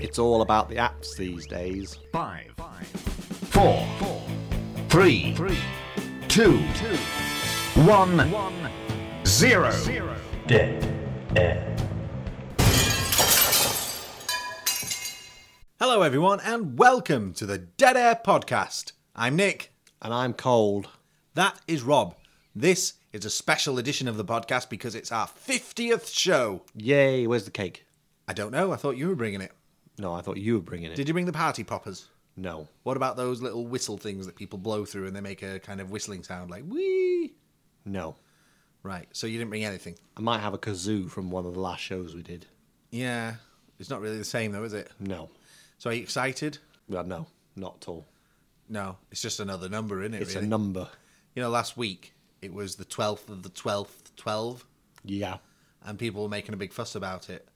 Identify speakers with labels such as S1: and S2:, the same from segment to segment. S1: It's all about the apps these days.
S2: five, four, three, two, one, zero.
S3: Hello, everyone, and welcome to the Dead Air Podcast. I'm Nick.
S1: And I'm cold.
S3: That is Rob. This is a special edition of the podcast because it's our 50th show.
S1: Yay, where's the cake?
S3: I don't know, I thought you were bringing it.
S1: No, I thought you were bringing it.
S3: Did you bring the party poppers?
S1: no.
S3: What about those little whistle things that people blow through and they make a kind of whistling sound like wee?
S1: No.
S3: Right, so you didn't bring anything.
S1: I might have a kazoo from one of the last shows we did.
S3: Yeah, it's not really the same though, is it?
S1: No.
S3: So are you excited?
S1: Well, no, not at all.
S3: No, it's just another number, isn't it?
S1: It's
S3: really?
S1: a number.
S3: you know, last week it was the 12th of the 12th, 12.
S1: Yeah.
S3: and people were making a big fuss about it.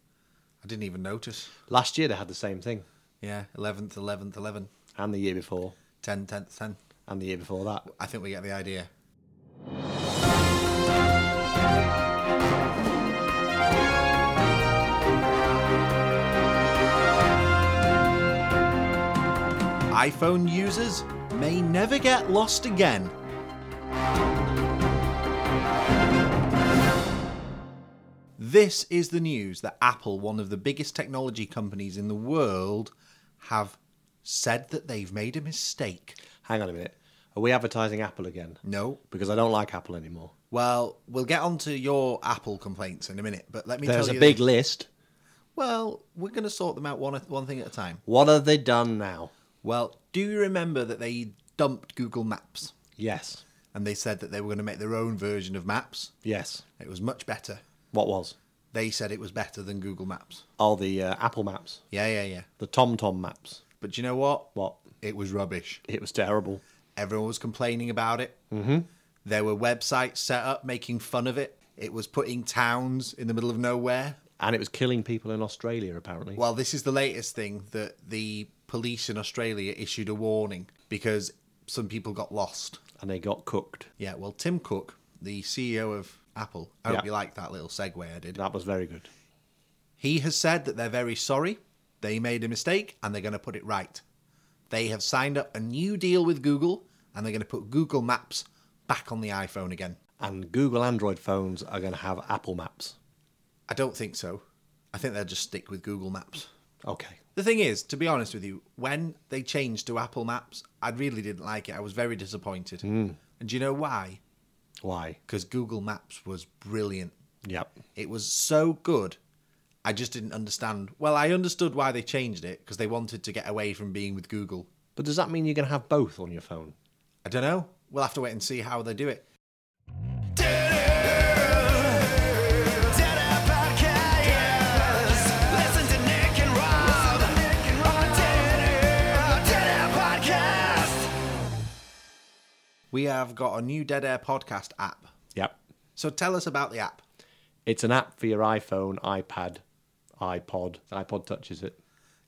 S3: I didn't even notice.
S1: Last year they had the same thing.
S3: Yeah, 11th, 11th, 11,
S1: And the year before.
S3: 10, 10th, 10.
S1: And the year before that.
S3: I think we get the idea. iPhone users may never get lost again. This is the news that Apple, one of the biggest technology companies in the world, have said that they've made a mistake.
S1: Hang on a minute. Are we advertising Apple again?
S3: No,
S1: Because I don't like Apple anymore.
S3: Well, we'll get on to your Apple complaints in a minute, but let me
S1: There's
S3: tell
S1: a
S3: you.
S1: big list.
S3: Well, we're going to sort them out one one thing at a time.
S1: What have they done now?
S3: Well, do you remember that they dumped Google Maps
S1: Yes.
S3: and they said that they were going to make their own version of Maps?
S1: Yes.
S3: It was much better.
S1: What was?
S3: They said it was better than Google Maps.
S1: Oh, the uh, Apple maps.
S3: Yeah, yeah, yeah.
S1: The TomTom maps.
S3: But do you know what?
S1: What?
S3: It was rubbish.
S1: It was terrible.
S3: Everyone was complaining about it. Mm-hmm. There were websites set up making fun of it. It was putting towns in the middle of nowhere.
S1: And it was killing people in Australia, apparently.
S3: Well, this is the latest thing that the police in Australia issued a warning because some people got lost.
S1: And they got cooked.
S3: Yeah, well, Tim Cook, the CEO of Apple, I hope
S1: Yeah.
S3: you liked that little segue I did.
S1: That was very good.
S3: He has said that they're very sorry, they made a mistake, and they're going to put it right. They have signed up a new deal with Google, and they're going to put Google Maps back on the iPhone again.
S1: And Google Android phones are going to have Apple maps.
S3: I don't think so. I think they'll just stick with Google Maps.
S1: Okay.
S3: The thing is, to be honest with you, when they changed to Apple Maps, I really didn't like it. I was very disappointed. And do you know why?
S1: Why?
S3: Because Google Maps was brilliant.
S1: Yep.
S3: It was so good. I just didn't understand. Well, I understood why they changed it because they wanted to get away from being with Google.
S1: But does that mean you're going to have both on your phone?
S3: I don't know. We'll have to wait and see how they do it. We have got a new Dead Air podcast app.
S1: Yep.
S3: So tell us about the app.
S1: It's an app for your iPhone, iPad, iPod. iPod touches it.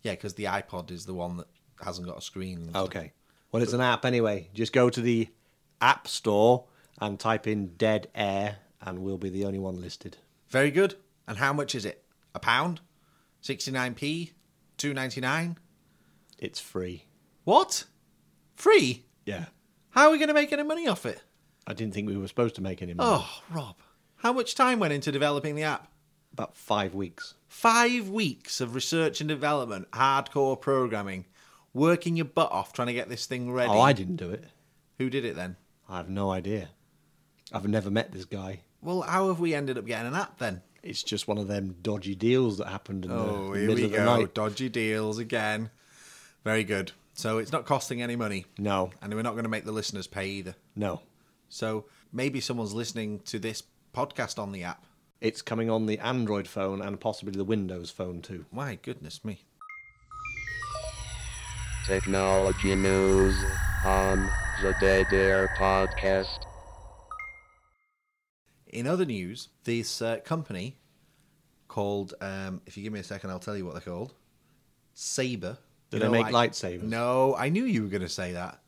S3: Yeah, because the iPod is the one that hasn't got a screen.
S1: Okay. Well, it's an app anyway. Just go to the App Store and type in Dead Air, and we'll be the only one listed.
S3: Very good. And how much is it? A pound? 69p? 2.99?
S1: It's free.
S3: What? Free?
S1: Yeah.
S3: How are we going to make any money off it?
S1: I didn't think we were supposed to make any money.
S3: Oh, Rob. How much time went into developing the app?
S1: About five weeks.
S3: Five weeks of research and development, hardcore programming, working your butt off trying to get this thing ready.
S1: Oh, I didn't do it.
S3: Who did it then?
S1: I have no idea. I've never met this guy.
S3: Well, how have we ended up getting an app then?
S1: It's just one of them dodgy deals that happened in
S3: Oh,
S1: the
S3: here
S1: middle
S3: we
S1: of the
S3: go.
S1: night.
S3: Dodgy deals again. Very good. So it's not costing any money.
S1: No.
S3: And we're not going to make the listeners pay either.
S1: No.
S3: So maybe someone's listening to this podcast on the app.
S1: It's coming on the Android phone and possibly the Windows phone too.
S3: My goodness me.
S4: Technology news on the Dead Air Podcast.
S3: In other news, this uh, company called, um, if you give me a second, I'll tell you what they're called Saber.
S1: Do
S3: You
S1: they
S3: know,
S1: make
S3: like-
S1: lightsabers? Oh.
S3: No, I knew you were going to say that.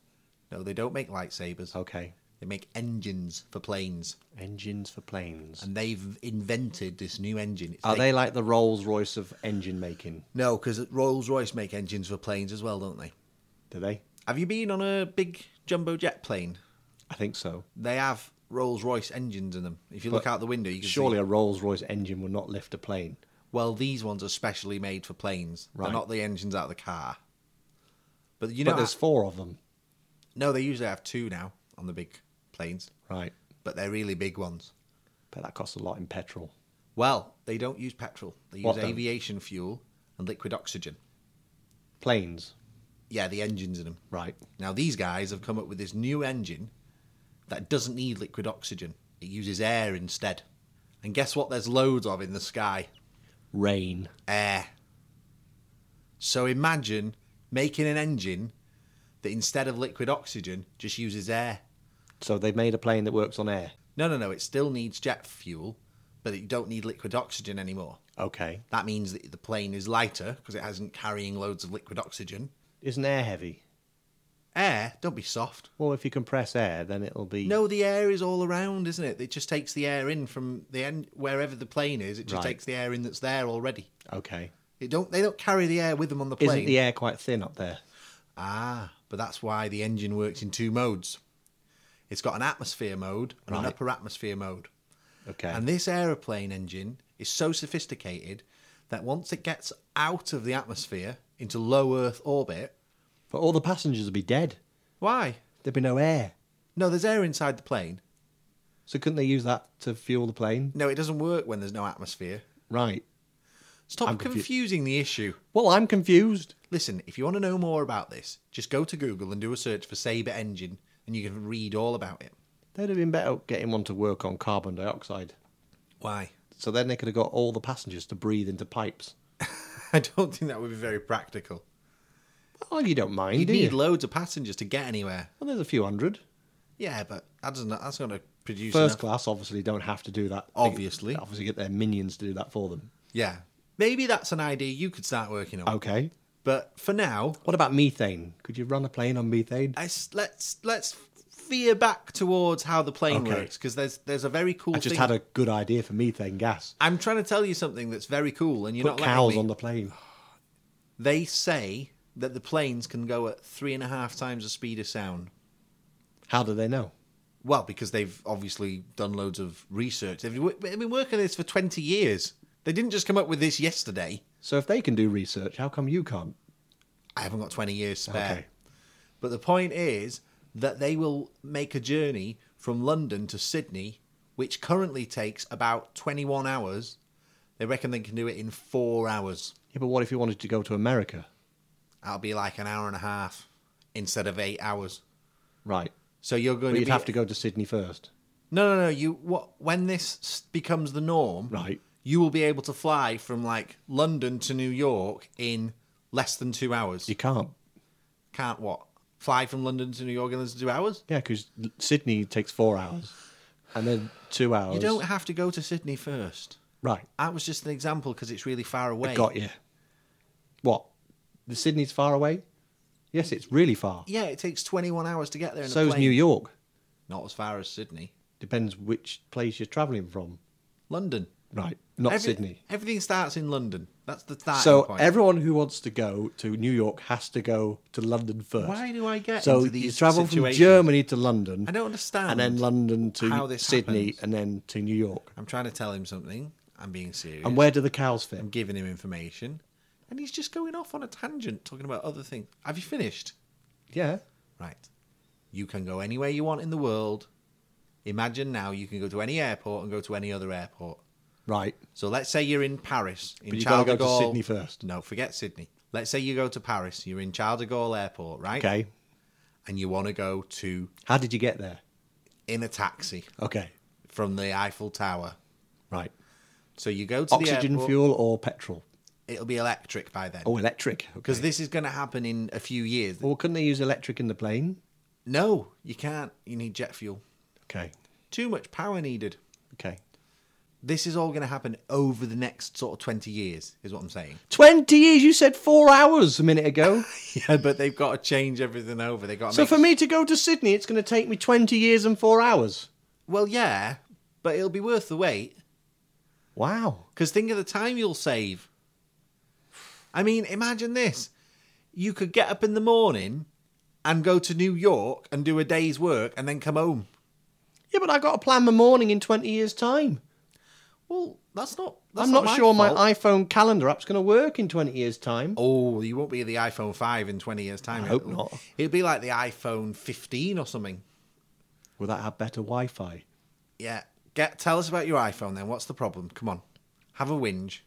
S3: No, they don't make lightsabers.
S1: Okay.
S3: They make engines for planes,
S1: Engines for planes.
S3: and they've invented this new engine. It's
S1: Are
S3: like-
S1: they like the Rolls Royce of engine making?
S3: No, because Rolls Royce make engines for planes as well, don't they?
S1: Do they?
S3: Have you been on a big jumbo jet plane?
S1: I think so.
S3: They have Rolls Royce engines in them. If you look
S1: But
S3: out the window, you can
S1: Surely
S3: See,
S1: a Rolls Royce engine would not lift a plane.
S3: well, these ones are specially made for planes.
S1: Right.
S3: They're not the engines out of the car. But you
S1: but
S3: know,
S1: there's four of them.
S3: no, they usually have two now on the big planes,
S1: Right.
S3: but they're really big ones.
S1: But that costs a lot in petrol.
S3: Well, they don't use petrol. They use
S1: What don't?
S3: aviation fuel and liquid oxygen.
S1: Planes.
S3: Yeah, the engines in them.
S1: Right.
S3: Now these guys have come up with this new engine that doesn't need liquid oxygen. It uses air instead. And guess what there's loads of in the sky?
S1: Rain.
S3: Air. So imagine making an engine that instead of liquid oxygen just uses air.
S1: So they've made a plane that works on air.
S3: No, no, no, it still needs jet fuel, but you don't need liquid oxygen anymore.
S1: Okay.
S3: That means that the plane is lighter because it hasn't carrying loads of liquid oxygen.
S1: Isn't air heavy?
S3: Air, don't be soft.
S1: Well, if you compress air, then it'll be.
S3: No, the air is all around, isn't it? It just takes the air in from the end wherever the plane is. It just
S1: Right.
S3: takes the air in that's there already.
S1: Okay.
S3: It don't they don't carry the air with them on the plane.
S1: Isn't the air quite thin up there?
S3: ah, but that's why the engine works in two modes. It's got an atmosphere mode and an
S1: Right.
S3: upper atmosphere mode.
S1: Okay.
S3: And this aeroplane engine is so sophisticated that once it gets out of the atmosphere into low Earth orbit,
S1: but all the passengers would be dead.
S3: why?
S1: There'd be no air.
S3: No, there's air inside the plane.
S1: So couldn't they use that to fuel the plane?
S3: No, it doesn't work when there's no atmosphere.
S1: Right.
S3: Stop
S1: I'm confu-
S3: confusing the issue.
S1: Well, I'm confused.
S3: Listen, if you want to know more about this, just go to Google and do a search for Sabre engine and you can read all about it.
S1: They'd have been better getting one to work on carbon dioxide.
S3: Why?
S1: So then they could have got all the passengers to breathe into pipes.
S3: I don't think that would be very practical.
S1: Oh, you don't mind,
S3: You
S1: do
S3: need
S1: you?
S3: loads of passengers to get anywhere.
S1: well, there's a few hundred.
S3: Yeah, but that doesn't, that's going to produce
S1: First
S3: enough-
S1: class obviously don't have to do that. They-
S3: Obviously.
S1: they obviously get their minions to do that for them.
S3: Yeah. Maybe that's an idea you could start working on.
S1: Okay.
S3: But for now,
S1: What about methane? Could you run a plane on methane?
S3: I s- let's let's veer back towards how the plane works,
S1: Okay.
S3: 'cause works because there's there's a very cool
S1: I just
S3: thing.
S1: had a good idea for methane gas.
S3: I'm trying to tell you something that's very cool and you're
S1: Put
S3: not letting
S1: cows
S3: me.
S1: on the plane.
S3: they say that the planes can go at three and a half times the speed of sound.
S1: How do they know?
S3: Well, because they've obviously done loads of research. They've wo- they've been working on this for 20 years. They didn't just come up with this yesterday.
S1: So if they can do research, how come you can't?
S3: I haven't got 20 years spare.
S1: Okay.
S3: But the point is that they will make a journey from London to Sydney, which currently takes about 21 hours. They reckon they can do it in four hours.
S1: Yeah, but what if you wanted to go to America?
S3: That'll be like an hour and a half instead of eight hours.
S1: Right.
S3: So you're going
S1: But
S3: to
S1: you'd
S3: be
S1: have to go to Sydney first.
S3: No, no, no. You what? When this s- becomes the norm,
S1: Right.
S3: You will be able to fly from like London to New York in less than two hours.
S1: You can't.
S3: can't what? Fly from London to New York in less than two hours?
S1: Yeah, because Sydney takes four hours, and then two hours.
S3: You don't have to go to Sydney first.
S1: Right.
S3: That was just an example because it's really far away.
S1: Got you. What? The Sydney's far away. Yes, it's really far.
S3: Yeah, it takes 21 hours to get there in a
S1: So's
S3: plane.
S1: New York.
S3: Not as far as Sydney.
S1: Depends which place you're travelling from.
S3: London.
S1: Right. Not
S3: Every-
S1: Sydney.
S3: Everything starts in London. That's the starting
S1: So
S3: Ah, point.
S1: everyone who wants to go to New York has to go to London first.
S3: Why do I get
S1: so
S3: into
S1: you
S3: these
S1: travel
S3: situations?
S1: from Germany to London?
S3: I don't understand
S1: And then London to
S3: how this
S1: Sydney,
S3: happens.
S1: and then to New York.
S3: I'm trying to tell him something. I'm being serious.
S1: And where do the cows fit?
S3: I'm giving him information, and he's just going off on a tangent talking about other things. Have you finished?
S1: Yeah.
S3: Right. You can go anywhere you want in the world. Imagine now you can go to any airport and go to any other airport.
S1: Right.
S3: So let's say you're in Paris, in
S1: But you
S3: Charles
S1: gotta
S3: de
S1: go
S3: Gaulle.
S1: to Sydney first.
S3: No, forget Sydney. Let's say you go to Paris, you're in Charles de Gaulle Airport, right?
S1: Okay.
S3: And you want to go to
S1: How did you get there?
S3: in a taxi
S1: Okay.
S3: from the Eiffel Tower.
S1: Right.
S3: So you go to the
S1: Oxygen
S3: airport,
S1: fuel or petrol?
S3: It'll be electric by then.
S1: Oh, electric.
S3: Because
S1: Because
S3: this is going to happen in a few years.
S1: well, couldn't they use electric in the plane?
S3: No, you can't. You need jet fuel.
S1: Okay.
S3: Too much power needed.
S1: Okay.
S3: This is all going to happen over the next sort of 20 years, is what I'm saying.
S1: 20 years, you said four hours a minute ago.
S3: Yeah, but they've got to change everything over. They've got to
S1: so
S3: make...
S1: for me to go to Sydney, it's going to take me 20 years and four hours.
S3: Well, yeah, but it'll be worth the wait.
S1: Wow.
S3: Because think of the time you'll save. I mean, imagine this. You could get up in the morning and go to New York and do a day's work and then come home.
S1: Yeah, but i got to plan my morning in 20 years' time.
S3: Well, that's not. That's
S1: I'm not,
S3: my
S1: sure
S3: fault.
S1: my iPhone calendar app's going to work in 20 years' time.
S3: Oh, you won't be the iPhone 5 in 20 years' time. I
S1: hope not.
S3: It'll be like the iPhone 15 or something.
S1: Will that have better Wi Fi?
S3: Yeah. Get Tell us about your iPhone then. What's the problem? Come on. Have a whinge.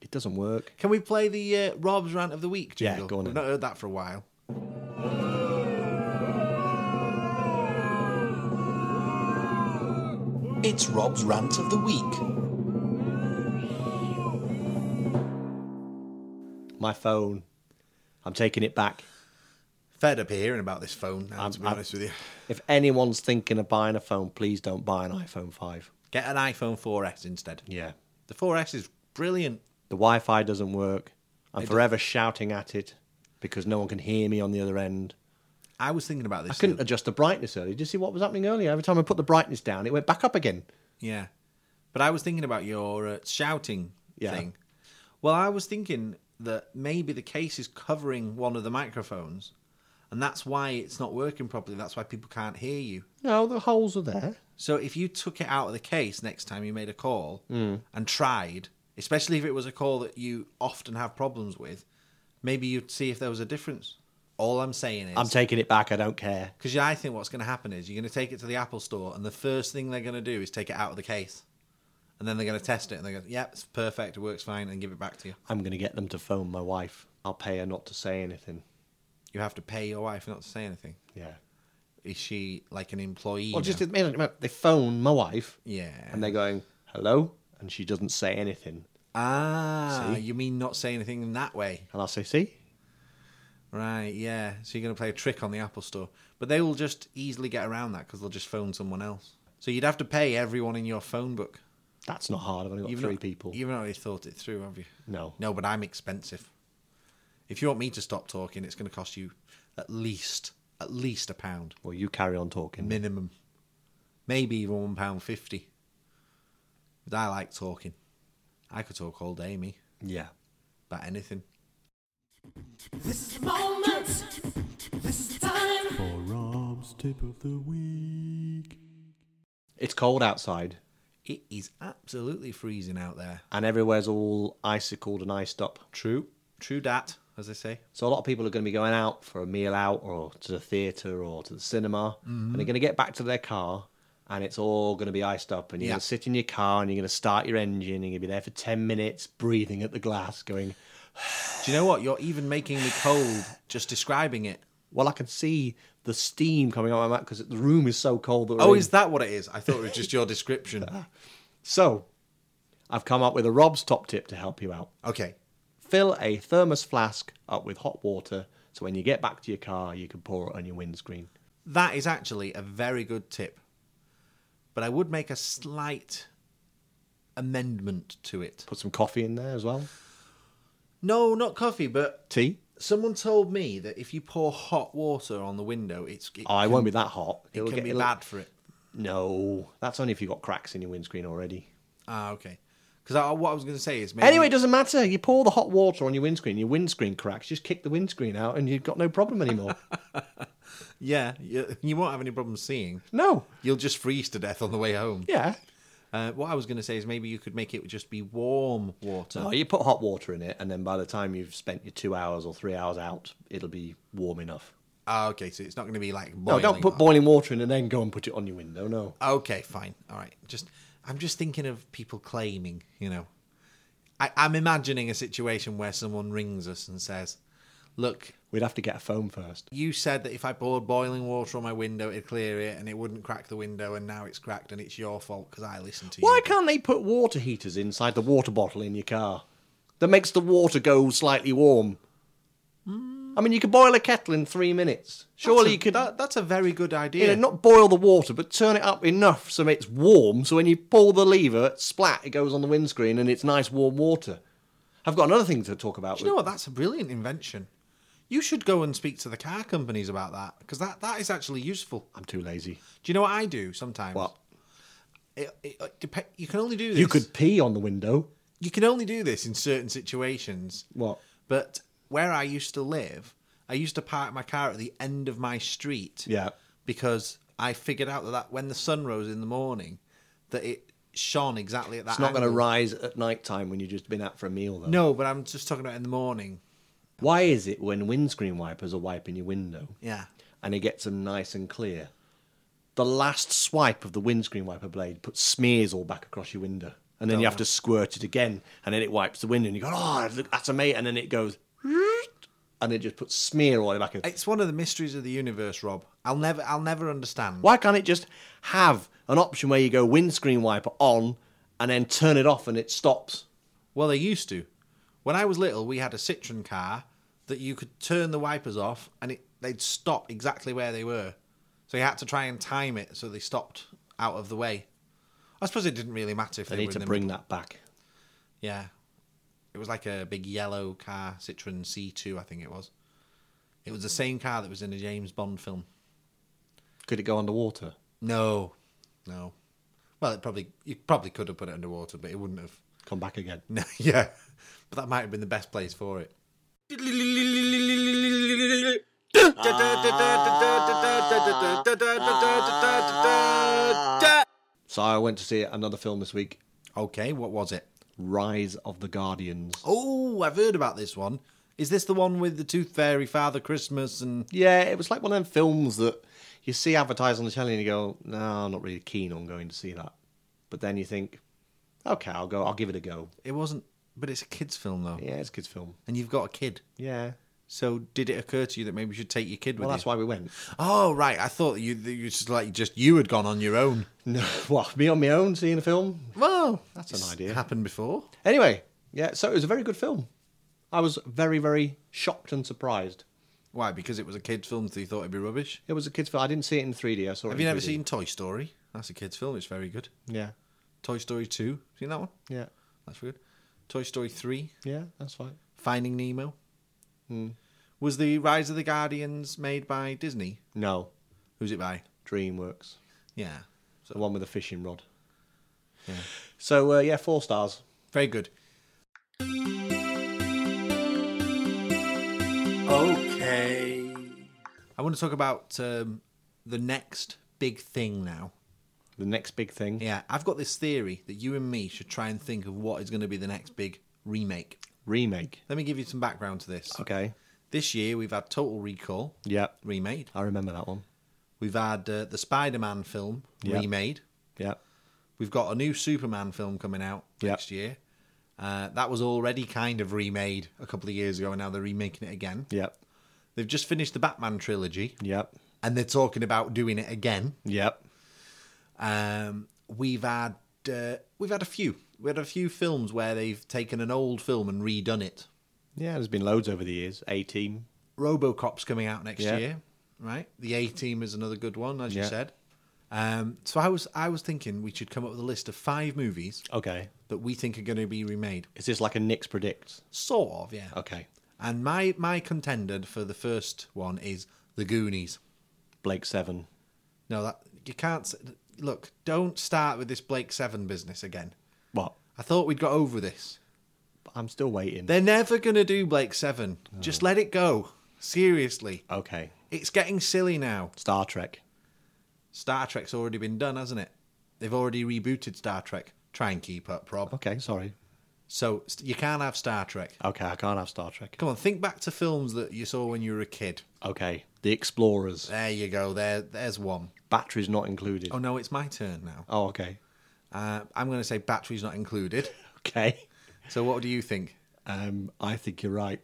S1: It doesn't work.
S3: Can we play the uh, Rob's Rant of the Week
S1: Yeah,
S3: jingle?
S1: go on
S3: We've
S1: then.
S3: not heard that for a while.
S5: It's Rob's Rant of the Week.
S1: My phone. I'm taking it back.
S3: Fed up hearing about this phone now,
S1: I'm-
S3: to be
S1: I'm-
S3: honest with you.
S1: If anyone's thinking of buying a phone, please don't buy an iPhone 5.
S3: Get an iPhone 4S instead.
S1: Yeah.
S3: The 4S is brilliant.
S1: The Wi Fi doesn't work. I'm forever shouting at it because no one can hear me on the other end.
S3: I was thinking about
S1: I
S3: this.
S1: couldn't
S3: the-
S1: adjust the brightness earlier. Did you see what was happening earlier? Every time I put the brightness down, it went back up again.
S3: yeah. But I was thinking about your uh, shouting
S1: Yeah.
S3: thing. Well, I was thinking that maybe the case is covering one of the microphones, and that's why it's not working properly. That's why people can't hear you.
S1: No, the holes are there.
S3: So if you took it out of the case next time you made a call
S1: Hmm.
S3: and tried, especially if it was a call that you often have problems with, maybe you'd see if there was a difference. All I'm saying
S1: I'm
S3: is
S1: taking it back. I don't care.
S3: because yeah, I think what's going to happen is you're going to take it to the Apple store, and the first thing they're going to do is take it out of the case, and then they're going to test it, and they're going, "Yeah, it's perfect. It works fine," and give it back to you.
S1: I'm going to get them to phone my wife. I'll pay her not to say anything.
S3: You have to pay your wife not to say anything.
S1: Yeah.
S3: Is she like an employee?
S1: Well,
S3: now?
S1: just admit, they phone my wife
S3: yeah.
S1: and they're going, hello? And she doesn't say anything.
S3: ah, you mean not say anything in that way?
S1: And I'll say, see?
S3: Right, yeah. So you're going to play a trick on the Apple Store. But they will just easily get around that because they'll just phone someone else. So you'd have to pay everyone in your phone book.
S1: That's not hard. I've only got
S3: You've
S1: three
S3: not,
S1: people.
S3: You've not really thought it through, have you?
S1: No.
S3: No, but I'm expensive. If you want me to stop talking, it's going to cost you at least, at least a pound
S1: Well, you carry on talking.
S3: minimum. Maybe even one pound fifty. But I like talking. I could talk all day, me,
S1: Yeah.
S3: about anything.
S6: This is the moment. This is the time.
S7: For Rob's tip of the week.
S1: It's cold outside
S3: It is absolutely freezing out there.
S1: and everywhere's all icicled and iced up.
S3: True. True dat, as they say.
S1: So a lot of people are going to be going out for a meal out or to the theatre or to the cinema
S3: Mm-hmm.
S1: and they're going to get back to their car and it's all going to be iced up and you're
S3: Yeah.
S1: going to sit in your car and you're going to start your engine and you're going to be there for 10 minutes breathing at the glass going,
S3: Do you know what? You're even making me cold just describing it.
S1: well, I can see the steam coming out of my mouth because the room is so cold. That we're
S3: Oh,
S1: in.
S3: is that what it is? I thought it was just your description.
S1: So I've come up with a Rob's top tip to help you out.
S3: Okay.
S1: Fill a thermos flask up with hot water so when you get back to your car, you can pour it on your windscreen.
S3: That is actually a very good tip. But I would make a slight amendment to it.
S1: Put some coffee in there as well.
S3: No, not coffee, but
S1: Tea.
S3: someone told me that if you pour hot water on the window, it's it
S1: Oh, I
S3: can-
S1: won't be that hot.
S3: It
S1: It'll
S3: can
S1: get-
S3: be
S1: it'll-
S3: bad for it.
S1: No, that's only if you've got cracks in your windscreen already.
S3: Ah, okay. Because what I was going to say is maybe
S1: Anyway, it doesn't matter. You pour the hot water on your windscreen, your windscreen cracks, just kick the windscreen out and you've got no problem anymore.
S3: yeah, you, you won't have any problem seeing.
S1: no.
S3: You'll just freeze to death on the way home.
S1: Yeah.
S3: Uh, what I was going to say is maybe you could make it just be warm water.
S1: No, Oh, you put hot water in it and then by the time you've spent your two hours or three hours out, it'll be warm enough.
S3: Ah, okay, so it's not going to be like
S1: No,
S3: boiling.
S1: don't put boiling water in and then go and put it on your window. No.
S3: Okay, fine. All right. Just I'm just thinking of people claiming, you know. I, I'm imagining a situation where someone rings us and says, "Look,
S1: We'd have to get a phone first.
S3: you said that if I poured boiling water on my window, it'd clear it and it wouldn't crack the window, and now it's cracked, and it's your fault because I listened to
S1: Why
S3: you."
S1: can't they put water heaters inside the water bottle in your car? That makes the water go slightly warm. I mean, you could boil a kettle in three minutes. Surely you could. uh,
S3: That, that's a very good
S1: you
S3: idea.
S1: know, not boil the water, but turn it up enough so it's warm. So when you pull the lever, splat, it goes on the windscreen, and it's nice warm water. I've got another thing to talk about.
S3: Do you know what? That's a brilliant invention. You should go and speak to the car companies about that because that, that is actually useful.
S1: I'm too lazy.
S3: Do you know what I do sometimes?
S1: What?
S3: It, it, it dep- you can only do this.
S1: You could pee on the window.
S3: You can only do this in certain situations.
S1: What?
S3: But where I used to live, I used to park my car at the end of my street.
S1: Yeah.
S3: Because I figured out that, that when the sun rose in the morning, that it shone exactly at that.
S1: It's not going to
S3: angle.
S1: rise at night time when you've just been out for a meal, though.
S3: No, but I'm just talking about in the morning.
S1: Why is it when windscreen wipers are wiping your window
S3: Yeah.
S1: and it gets them nice and clear, the last swipe of the windscreen wiper blade puts smears all back across your window, and then you have to squirt it again, and then it wipes the window, and you go, oh, look, that's a mate, and then it goes, and it just puts smear all the way back.
S3: It's one of the mysteries of the universe, Rob. I'll never, I'll never understand.
S1: Why can't it just have an option where you go windscreen wiper on and then turn it off and it stops?
S3: Well, they used to. When I was little, we had a Citroen car that you could turn the wipers off and it, they'd stop exactly where they were. So you had to try and time it so they stopped out of the way. I suppose it didn't really matter if
S1: They
S3: they,
S1: need
S3: were
S1: to
S3: in the
S1: bring that back.
S3: Yeah. It was like a big yellow car, Citroen C2, I think it was. It was the same car that was in a James Bond film.
S1: Could it go underwater?
S3: No. No. Well, it probably you probably could have put it underwater, but it wouldn't have.
S1: Come back again.
S3: No, yeah. But that might have been the best place for it.
S1: So I went to see another film this week,
S3: Okay, what was it?
S1: Rise of the Guardians.
S3: Oh, I've heard about this one. Is this the one with the Tooth Fairy, Father Christmas, and
S1: Yeah, it was like one of them films that you see advertised on the telly and you go, no, I'm not really keen on going to see that. But then you think, okay, I'll go, I'll give it a go.
S3: it wasn't? But it's a kids' film though,
S1: Yeah, it's a kids' film.
S3: and you've got a kid.
S1: Yeah.
S3: So did it occur to you that maybe you should take your kid
S1: Well,
S3: with
S1: that's
S3: you?
S1: why we went.
S3: Oh, right. I thought you that you just like just you had gone on your own.
S1: No, well, me on my own seeing a film.
S3: Well,
S1: That's
S3: it's
S1: an idea.
S3: Happened before.
S1: Anyway, yeah, so it was a very good film. I was very, very shocked and surprised.
S3: Why? Because it was a kids' film, so you thought it'd be rubbish.
S1: It was a kids' film. I didn't see it in 3D. I saw it.
S3: Have
S1: in
S3: you never
S1: 3D.
S3: seen Toy Story? That's a kids' film. It's very good.
S1: Yeah,
S3: Toy Story Two. Seen that one?
S1: yeah,
S3: That's good. Toy Story Three.
S1: yeah. That's right.
S3: Finding Nemo.
S1: Hmm.
S3: Was the Rise of the Guardians made by Disney?
S1: No,
S3: Who's it by?
S1: DreamWorks,
S3: Yeah.
S1: the one with the fishing rod. So uh, yeah, four stars.
S3: Very good.
S6: Okay.
S3: I want to talk about um, the next big thing now.
S1: The next big thing.
S3: Yeah, I've got this theory that you and me should try and think of what is going to be the next big remake.
S1: Remake.
S3: Let me give you some background to this.
S1: Okay.
S3: This year we've had Total Recall
S1: Yeah.
S3: remade.
S1: I remember that one.
S3: We've had uh, the Spider-Man film
S1: Yeah.
S3: remade.
S1: Yeah.
S3: We've got a new Superman film coming out
S1: Yeah.
S3: next year. Uh, that was already kind of remade a couple of years ago, and now they're remaking it again.
S1: Yeah.
S3: They've just finished the Batman trilogy,
S1: Yeah.
S3: and they're talking about doing it again.
S1: Yeah.
S3: Um, we've had uh, we've had a few. We had a few films where they've taken an old film and redone it.
S1: Yeah. There's been loads over the years. A team.
S3: RoboCop's coming out next
S1: Yeah.
S3: year, right? The A Team is another good one, as
S1: Yeah.
S3: you said. Um, so I was I was thinking we should come up with a list of five movies
S1: Okay.
S3: that we think are going to be remade,
S1: Is this like a Nick's predicts?
S3: sort of, yeah.
S1: Okay.
S3: And my my contender for the first one is The Goonies.
S1: Blake Seven.
S3: No, that you can't s- look. Don't start with this Blake Seven business again.
S1: What?
S3: I thought we'd got over this.
S1: I'm still waiting.
S3: They're never going to do Blake 7. Just let it go. Seriously.
S1: Okay.
S3: It's getting silly now.
S1: Star Trek.
S3: Star Trek's already been done, hasn't it? They've already rebooted Star Trek. Try and keep up, Rob.
S1: Okay. Sorry.
S3: So st- you can't have Star Trek.
S1: Okay. I can't have Star Trek.
S3: Come on, think back to films that you saw when you were a kid.
S1: Okay. The Explorers.
S3: There you go. There, there's one.
S1: Batteries not included.
S3: Oh no, it's my turn now.
S1: Oh, okay.
S3: Uh, I'm going to say batteries not included.
S1: Okay.
S3: So what do you think?
S1: Um, I think you're right.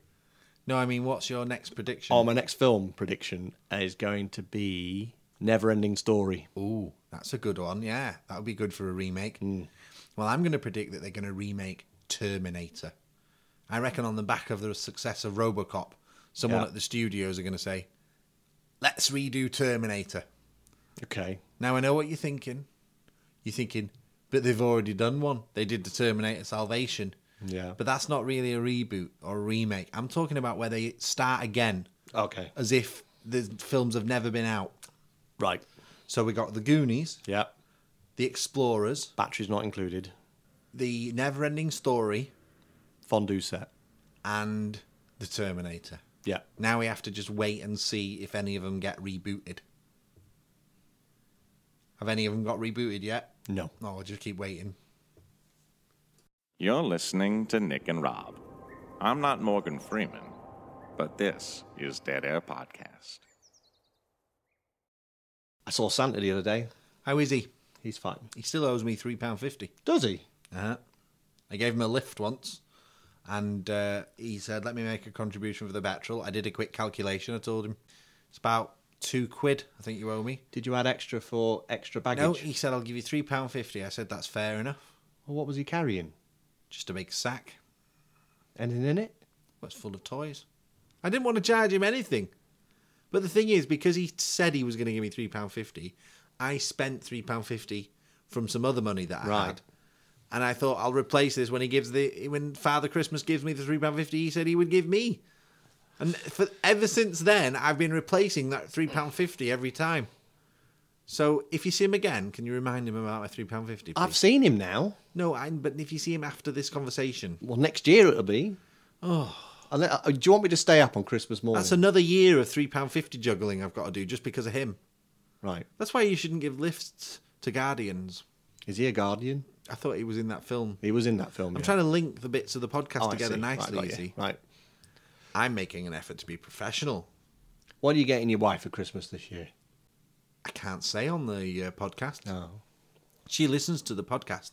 S3: No, I mean, what's your next prediction?
S1: Oh, my next film prediction is going to be Neverending Story.
S3: Ooh, that's a good one. Yeah, that would be good for a remake.
S1: Hmm.
S3: Well, I'm going to predict that they're going to remake Terminator. I reckon on the back of the success of Robocop, someone
S1: Yeah.
S3: at the studios are going to say, let's redo Terminator.
S1: Okay.
S3: Now I know what you're thinking. You're thinking, but they've already done one. They did the Terminator Salvation.
S1: Yeah.
S3: But that's not really a reboot or a remake. I'm talking about where they start again
S1: Okay.
S3: as if the films have never been out.
S1: Right.
S3: So we got The Goonies,
S1: Yeah.
S3: The Explorers,
S1: Batteries not included.
S3: The Neverending Story,
S1: Fondue set.
S3: and The Terminator.
S1: Yeah.
S3: Now we have to just wait and see if any of them get rebooted. Have any of them got rebooted yet?
S1: No.
S3: No, I'll just keep waiting.
S8: You're listening to Nick and Rob. I'm not Morgan Freeman, but this is Dead Air Podcast.
S1: I saw Santa the other day.
S3: How is he?
S1: He's fine.
S3: He still owes me three pound fifty.
S1: Does he?
S3: Uh-huh. I gave him a lift once, and uh, he said, "Let me make a contribution for the petrol." I did a quick calculation. I told him it's about two quid. I think you owe me.
S1: Did you add extra for extra baggage?
S3: No, he said, "I'll give you three pound fifty. I said, "That's fair enough."
S1: Well, what was he carrying?
S3: Just a big sack.
S1: Anything in it?
S3: What's full of toys? I didn't want to charge him anything. But the thing is, because he said he was going to give me three pound fifty, I spent three pound fifty from some other money that I
S1: Right.
S3: had, and I thought I'll replace this when he gives the when Father Christmas gives me the three pound fifty he said he would give me, and for ever since then I've been replacing that three pound fifty every time. So if you see him again, can you remind him about my three pound fifty?
S1: I've seen him now.
S3: No, I, but if you see him after this conversation,
S1: Well, next year it'll be. Oh. do you want me to stay up on Christmas morning?
S3: that's another year of three pound fifty juggling I've got to do just because of him.
S1: right.
S3: That's why you shouldn't give lifts to guardians.
S1: Is he a guardian?
S3: I thought he was in that film.
S1: He was in that film. Oh,
S3: I'm trying to link the bits of the podcast together
S1: Right,
S3: nicely.
S1: got
S3: you
S1: you.
S3: see,
S1: right.
S3: I'm making an effort to be professional.
S1: What are you getting your wife for Christmas this year?
S3: I can't say on the uh, podcast.
S1: No.
S3: She listens to the podcast,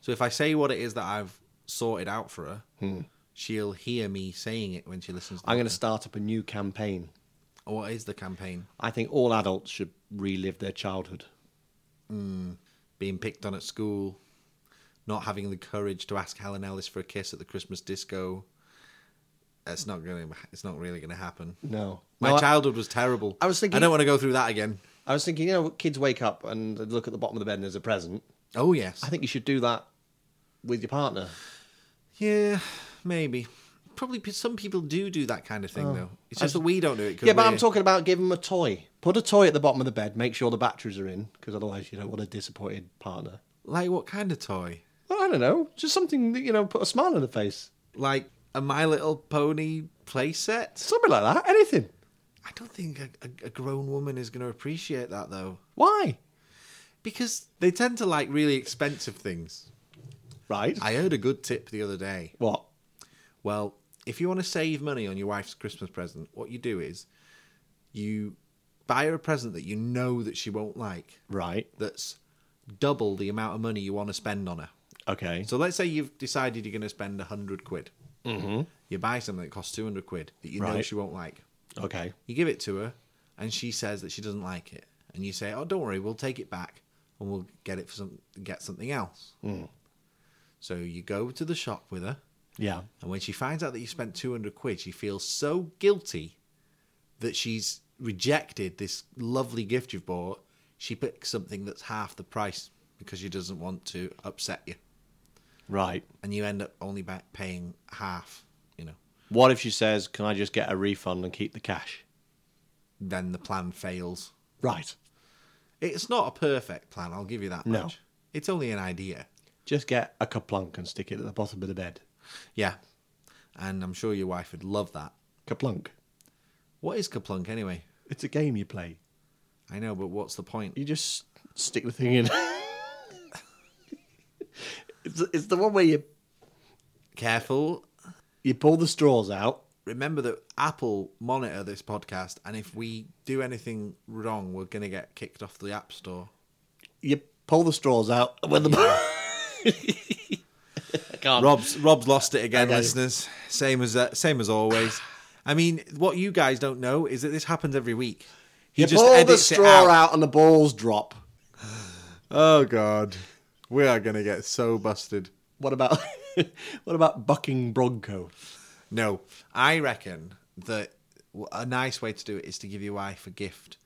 S3: so if I say what it is that I've sorted out for her, she'll hear me saying it when she listens. To
S1: Hmm. I'm
S3: the
S1: going to start up a new campaign.
S3: podcast. What is the campaign?
S1: I think all adults should relive their childhood.
S3: Being picked on at school, not having the courage to ask Helen Ellis for a kiss at the Christmas disco. It's not going. to It's not really going to happen.
S1: No.
S3: My
S1: No, I-
S3: childhood was terrible.
S1: I was thinking-
S3: I don't want to go through that again.
S1: I was thinking, you know, kids wake up and they look at the bottom of the bed and there's a present.
S3: Oh yes.
S1: I think you should do that with your partner.
S3: yeah, maybe. Probably p- some people do do that kind of thing though. It's just that we don't do it. 'cause
S1: Oh, Yeah, but I'm
S3: we're-
S1: talking about giving them a toy. Put a toy at the bottom of the bed. Make sure the batteries are in, because otherwise you don't want a disappointed partner.
S3: like what kind of toy?
S1: Well, I don't know, just something that you know, put a smile on the face,
S3: Like a My Little Pony playset?
S1: something like that. Anything.
S3: I don't think a, a, a grown woman is going to appreciate that though,
S1: Why?
S3: because they tend to like really expensive things.
S1: Right.
S3: I heard a good tip the other day.
S1: What?
S3: Well, if you want to save money on your wife's Christmas present, what you do is you buy her a present that you know that she won't like.
S1: Right.
S3: that's double the amount of money you want to spend on her.
S1: Okay.
S3: So let's say you've decided you're going to spend 100 quid. Mm-hmm. You buy something that costs 200 quid that you know
S1: Right.
S3: she won't like.
S1: okay.
S3: You give it to her, and she says that she doesn't like it. And you say, "Oh, don't worry, we'll take it back, and we'll get it for some get something else." So you go to the shop with her,
S1: Yeah.
S3: and when she finds out that you spent 200 quid, she feels so guilty that she's rejected this lovely gift you've bought. She picks something that's half the price because she doesn't want to upset you.
S1: Right.
S3: And you end up only ba- paying half, you know.
S1: What if she says, "Can I just get a refund and keep the cash?"
S3: Then the plan fails.
S1: Right.
S3: It's not a perfect plan, I'll give you that
S1: No.
S3: much. It's only an idea.
S1: Just get a kaplunk and stick it at the bottom of the bed.
S3: Yeah. And I'm sure your wife would love that.
S1: Kaplunk.
S3: What is Kaplunk anyway?
S1: It's a game you play.
S3: I know, but what's the point?
S1: You just stick the thing in. it's, it's the one where you
S3: Careful,
S1: you pull the straws out.
S3: remember that Apple monitor this podcast, and if we do anything wrong, we're going to get kicked off the App Store.
S1: You pull the straws out when the. I can't.
S3: Rob's Rob's lost it again,
S1: Okay.
S3: listeners. Same as uh, same as always. I mean, what you guys don't know is that this happens every week. He
S1: you pull the straw out. and the balls drop.
S3: Oh God, we are going to get so busted.
S1: What about what about bucking bronco?
S3: No, I reckon that w- a nice way to do it is to give your wife a gift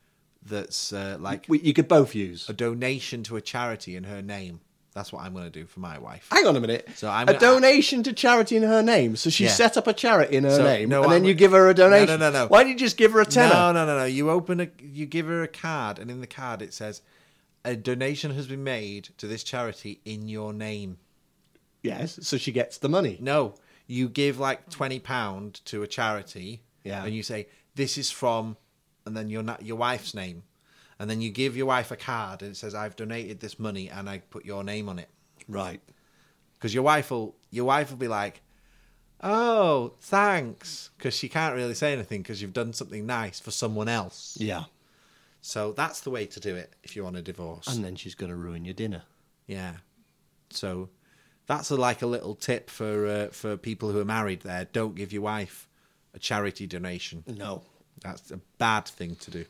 S3: that's uh, like
S1: We, you could both use.
S3: a donation to a charity in her name. That's what I'm going to do for my wife.
S1: Hang on a minute.
S3: So I'm
S1: a
S3: gonna-
S1: donation to charity in her name. So she
S3: Yeah.
S1: set up a charity in her
S3: So,
S1: name,
S3: no,
S1: and then
S3: I'm-
S1: you give her a
S3: No, no,
S1: donation.
S3: no, no.
S1: Why don't you just give her a tenner?
S3: No, no, no, no. You open a, you give her a card, and in the card it says, "A donation has been made to this charity in your name."
S1: Yes, so she gets the money.
S3: No, you give like twenty pound to a charity,
S1: Yeah.
S3: and you say, "This is from," and then your na- your wife's name, and then you give your wife a card, and it says, "I've donated this money, and I put your name on it."
S1: Right.
S3: because your wife will your wife will be like, "Oh, thanks," because she can't really say anything because you've done something nice for someone else.
S1: Yeah.
S3: So that's the way to do it if you want a divorce.
S1: And then she's going to ruin your dinner.
S3: yeah. So that's a, like a little tip for uh, for people who are married. There, don't give your wife a charity donation.
S1: No.
S3: That's a bad thing to do.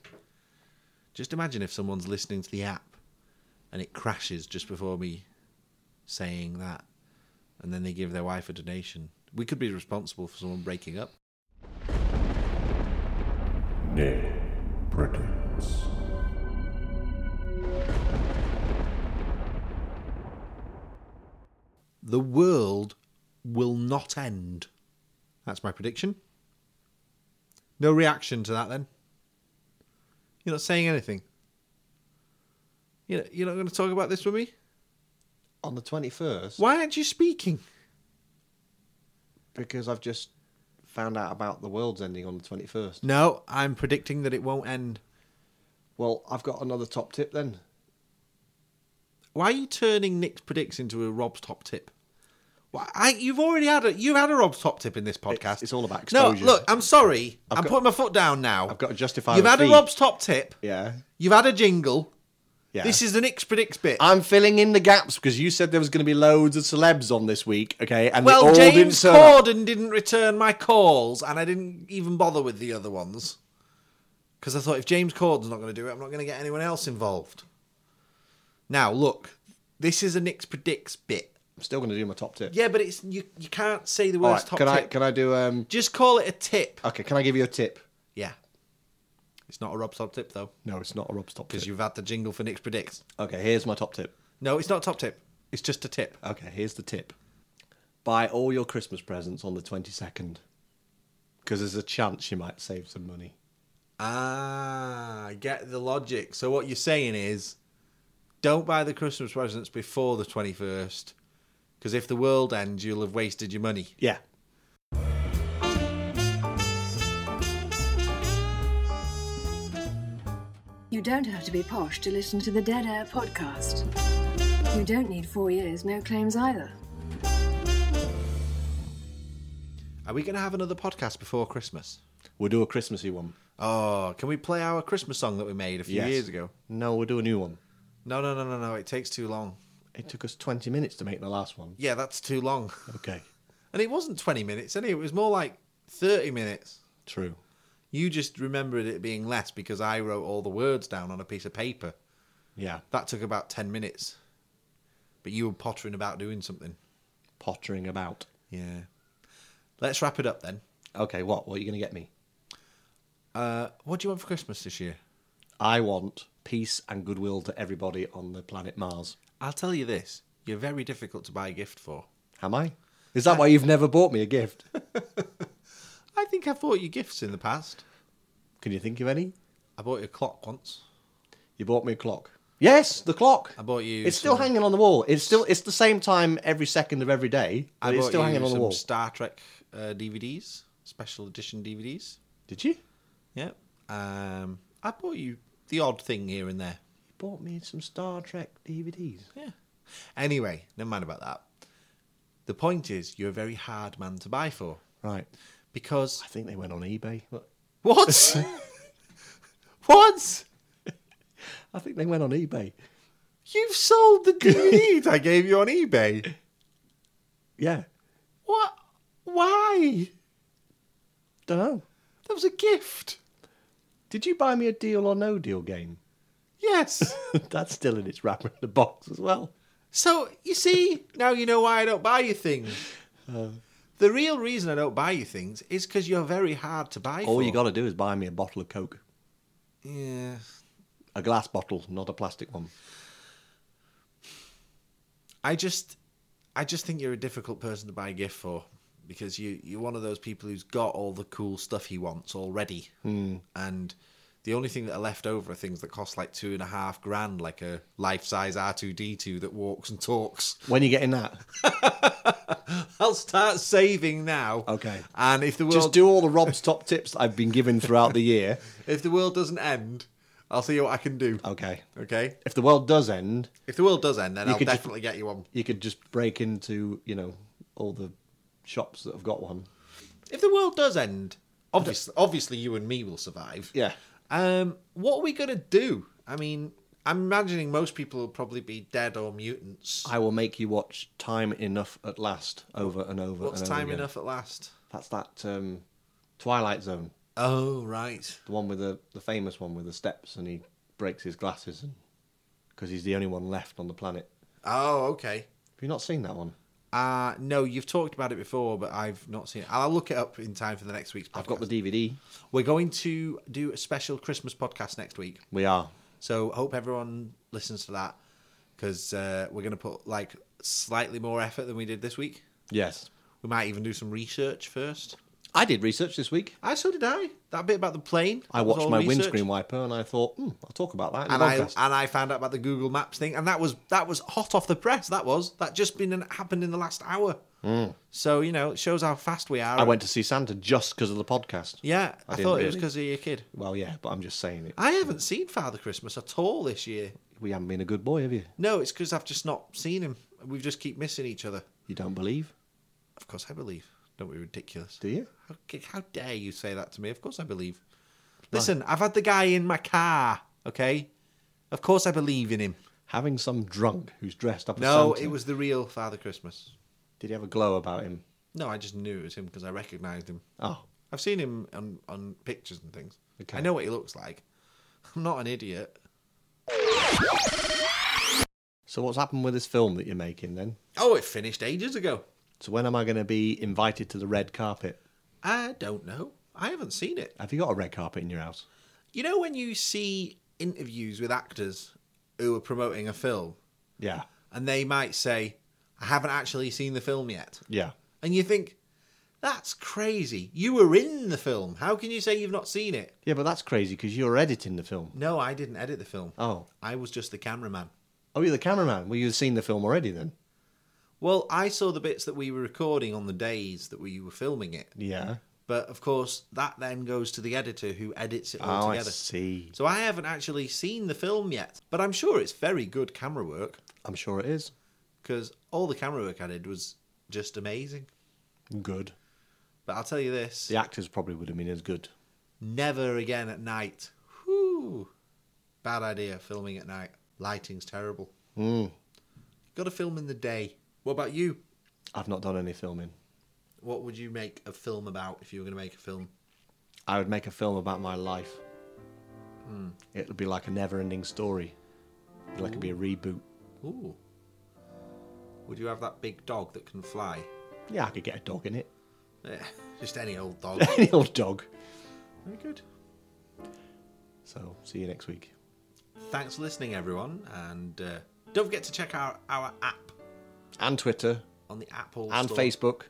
S3: Just imagine if someone's listening to the app and it crashes just before me saying that, and then they give their wife a donation. We could be responsible for someone breaking up.
S7: Ned predicts.
S3: The world will not end. That's my prediction. No reaction to that then. You're not saying anything. You're you're not going to talk about this with me?
S1: On the 21st,
S3: Why aren't you speaking?
S1: because I've just found out about the world's ending on the 21st.
S3: No, I'm predicting that it won't end.
S1: Well, I've got another top tip then.
S3: Why are you turning Nick's predicts into a Rob's top tip? Why, I, you've already had a you've had a Rob's top tip in this podcast.
S1: it's all about exposure.
S3: No, look, I'm sorry. i am
S1: got-
S3: putting my foot down now.
S1: I've got to justify
S3: You've
S1: my
S3: had a
S1: feet.
S3: Rob's top tip.
S1: Yeah.
S3: You've had a jingle.
S1: Yeah.
S3: This is the Nick's predicts bit.
S1: I'm filling in the gaps because you said there was going to be loads of celebs on this week, okay? And they
S3: well,
S1: all didn't
S3: James
S1: turn up.
S3: Corden didn't return my calls, and I didn't even bother with the other ones because I thought if James Corden's not going to do it, I'm not going to get anyone else involved. Now, look, this is a Nick's predicts bit.
S1: I'm still going to do my top tip.
S3: Yeah, but it's you. You can't say the
S1: All
S3: words
S1: right,
S3: top
S1: can I
S3: tip.
S1: can I do um
S3: Just call it a tip.
S1: okay, can I give you a tip?
S3: Yeah. It's not a Rob's top tip though,
S1: No, it's not a Rob's top
S3: because
S1: tip.
S3: you've had the jingle for Nick's predicts.
S1: Okay, here's my top tip.
S3: No, it's not a top tip. It's just a tip.
S1: Okay, here's the tip. Buy all your Christmas presents on the 22nd because there's a chance you might save some money.
S3: Ah, I get the logic. So what you're saying is, don't buy the Christmas presents before the 21st, because if the world ends, you'll have wasted your money.
S1: Yeah.
S9: You don't have to be posh to listen to the Dead Air podcast. You don't need four years, no claims either.
S3: Are we going to have another podcast before Christmas?
S1: We'll do a Christmassy one.
S3: Oh, can we play our Christmas song that we made a few
S1: Yes.
S3: years ago?
S1: No, we'll do a new one.
S3: No, no, no, no, no. It takes too long.
S1: It took us 20 minutes to make the last one.
S3: Yeah, that's too long.
S1: Okay.
S3: And it wasn't 20 minutes, anyway. It was more like 30 minutes.
S1: True.
S3: You just remembered it being less because I wrote all the words down on a piece of paper.
S1: Yeah.
S3: That took about 10 minutes. But you were pottering about doing something.
S1: Pottering about.
S3: Yeah. Let's wrap it up then.
S1: Okay, what? What are you going to get me?
S3: Uh, what do you want for Christmas this year?
S1: I want peace and goodwill to everybody on the planet Mars.
S3: I'll tell you this you're very difficult to buy a gift for.
S1: Am I? Is that why you've never bought me a gift?
S3: I think I've bought you gifts in the past.
S1: Can you think of any?
S3: I bought you a clock once.
S1: You bought me a clock. Yes, the clock.
S3: I bought you
S1: It's still
S3: some-
S1: hanging on the wall. It's still it's the same time every second of every day.
S3: I
S1: but it's
S3: bought
S1: still
S3: you
S1: hanging on the
S3: some
S1: wall.
S3: Star Trek uh, DVDs, special edition DVDs.
S1: Did you? You
S3: Yep. Um, I bought you the odd thing here and there.
S1: bought me some Star Trek DVDs.
S3: Yeah. Anyway, never mind about that. The point is, you're a very hard man to buy for
S1: Right.
S3: because
S1: I think they went on eBay. Look,
S3: what? what?
S1: I think they went on eBay.
S3: You've sold the DVDs I gave you on eBay.
S1: Yeah.
S3: What? Why?
S1: Don't know.
S3: That was a gift.
S1: Did you buy me a deal or no deal game?
S3: Yes.
S1: That's still in its wrapper in the box as well.
S3: so you see, now you know why I don't buy you things. The real reason I don't buy you things is because you're very hard to buy.
S1: All
S3: for.
S1: you got to do is buy me a bottle of Coke.
S3: Yeah.
S1: A glass bottle, not a plastic one.
S3: I just, I just think you're a difficult person to buy a gift for because you you're one of those people who's got all the cool stuff he wants already,
S1: Hmm.
S3: and the only thing that are left over are things that cost like two and a half grand, like a life size R two D two that walks and talks.
S1: When are you getting that?
S3: I'll start saving now.
S1: Okay.
S3: And if the world
S1: Just do all the Rob's top tips I've been given throughout the year.
S3: if the world doesn't end, I'll see what I can do.
S1: Okay.
S3: Okay.
S1: If the world does end,
S3: If the world does end, then
S1: You
S3: I'll
S1: could just-
S3: definitely get you one.
S1: you could just break into, you know, all the shops that have got one.
S3: If the world does end, obviously, obviously you and me will survive.
S1: Yeah.
S3: Um, what are we gonna do? I mean, I'm imagining most people will probably be dead or mutants.
S1: I will make you watch Time Enough at Last over and over
S3: What's
S1: and over
S3: time
S1: again.
S3: enough at last?
S1: That's that um, Twilight Zone,
S3: Oh right.
S1: the one with the, the famous one with the steps and he breaks his glasses because he's the only one left on the planet.
S3: Oh okay.
S1: Have you not seen that one?
S3: Uh no, you've talked about it before, but I've not seen it. I'll look it up in time for the next week's. Podcast.
S1: I've got the DVD.
S3: We're going to do a special Christmas podcast next week.
S1: We are.
S3: So I hope everyone listens to that because uh, we're going to put like slightly more effort than we did this week.
S1: Yes.
S3: We might even do some research first.
S1: I did research this week.
S3: I so did I. That bit about the plane.
S1: I
S3: that was
S1: watched
S3: all
S1: my
S3: research.
S1: windscreen wiper and I thought, hmm, I'll talk about that in
S3: And
S1: the
S3: I
S1: podcast.
S3: and I found out about the Google Maps thing, and that was that was hot off the press. That was that just been an, happened in the last hour. So you know, it shows how fast we are.
S1: Mm. I went to see Santa just because of the podcast.
S3: Yeah,
S1: I
S3: I,
S1: didn't
S3: thought it was
S1: really.
S3: because of your kid.
S1: Well, yeah, but I'm just saying it.
S3: I haven't seen Father Christmas at all this year.
S1: We haven't been a good boy, have you?
S3: No, it's because I've just not seen him. We just keep missing each other.
S1: You don't believe,
S3: Of course, I believe. Don't be ridiculous.
S1: do you?
S3: How, how dare you say that to me? Of course I believe. Listen, I've had the guy in my car, okay? Of course I believe in him.
S1: Having some drunk who's dressed up as
S3: No,
S1: Santa.
S3: it was the real Father Christmas.
S1: Did he have a glow about him?
S3: No, I just knew it was him because I recognised him.
S1: Oh,
S3: I've seen him on, on pictures and things.
S1: Okay.
S3: I know what he looks like. I'm not an idiot.
S1: so what's happened with this film that you're making then?
S3: Oh, it finished ages ago.
S1: So when am I going to be invited to the red carpet?
S3: I don't know. I haven't seen it.
S1: Have you got a red carpet in your house?
S3: You know when you see interviews with actors who are promoting a film
S1: Yeah,
S3: and they might say, I haven't actually seen the film yet.
S1: yeah.
S3: And you think, that's crazy. You were in the film. How can you say you've not seen it?
S1: Yeah, but that's crazy because you're editing the film.
S3: No, I didn't edit the film.
S1: Oh,
S3: I was just the cameraman.
S1: oh, you're the cameraman. Well, you've seen the film already then.
S3: Well, I saw the bits that we were recording on the days that we were filming it.
S1: Yeah.
S3: But of course, that then goes to the editor who edits it all
S1: Oh, I
S3: together.
S1: see.
S3: So I haven't actually seen the film yet. But I'm sure it's very good camera work
S1: I'm sure it is.
S3: because all the camera work I did was just amazing.
S1: Good.
S3: But I'll tell you this
S1: The actors probably would have been as good.
S3: never again at night. Whew. Bad idea filming at night. Lighting's terrible.
S1: Hmm.
S3: Got to film in the day. What about you?
S1: I've not done any filming.
S3: What would you make a film about if you were going to make a film?
S1: I would make a film about my life.
S3: Hmm.
S1: It would be like a never-ending story. It'd like it'd be a reboot.
S3: Ooh. Would you have that big dog that can fly?
S1: Yeah, I could get a dog in it.
S3: Eh, just any old dog.
S1: Any old dog.
S3: Very good.
S1: So, see you next week.
S3: Thanks for listening, everyone. And uh, don't forget to check out our app
S1: And Twitter,
S3: on the Apple
S1: and
S3: Store.
S1: Facebook,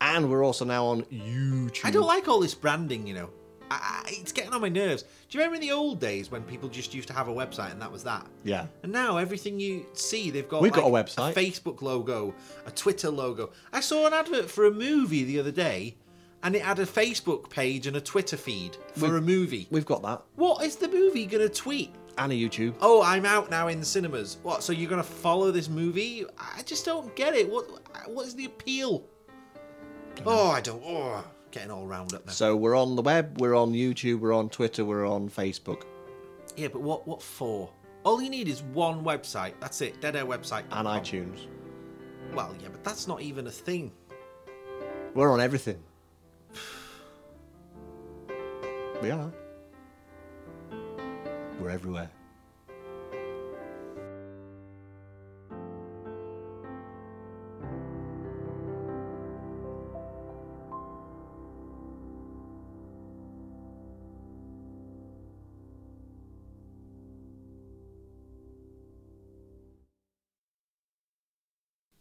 S1: and we're also now on YouTube.
S3: I don't like all this branding, you know. I, I, it's getting on my nerves. Do you remember in the old days when people just used to have a website and that was that?
S1: Yeah.
S3: And now everything you see, they've got
S1: We've got
S3: like,
S1: a website.
S3: Facebook logo, a Twitter logo. I saw an advert for a movie the other day, and it had a Facebook page and a Twitter feed for a movie.
S1: We've got that,
S3: What is the movie gonna tweet?
S1: and a YouTube.
S3: Oh, I'm out now in the cinemas. What? So you're gonna follow this movie? I just don't get it. What? What is the appeal? Oh, I don't. Oh, getting all round up now.
S1: So we're on the web, we're on YouTube, we're on Twitter, we're on Facebook,
S3: Yeah, but what? What for? All you need is one website. That's it. Dead Air website.
S1: and iTunes.
S3: Well, yeah, but that's not even a thing.
S1: We're on everything. We are. We're everywhere.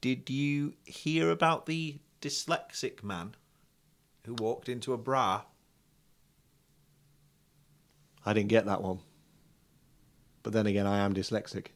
S3: Did you hear about the dyslexic man who walked into a bra?
S1: I didn't get that one. But then again, I am dyslexic.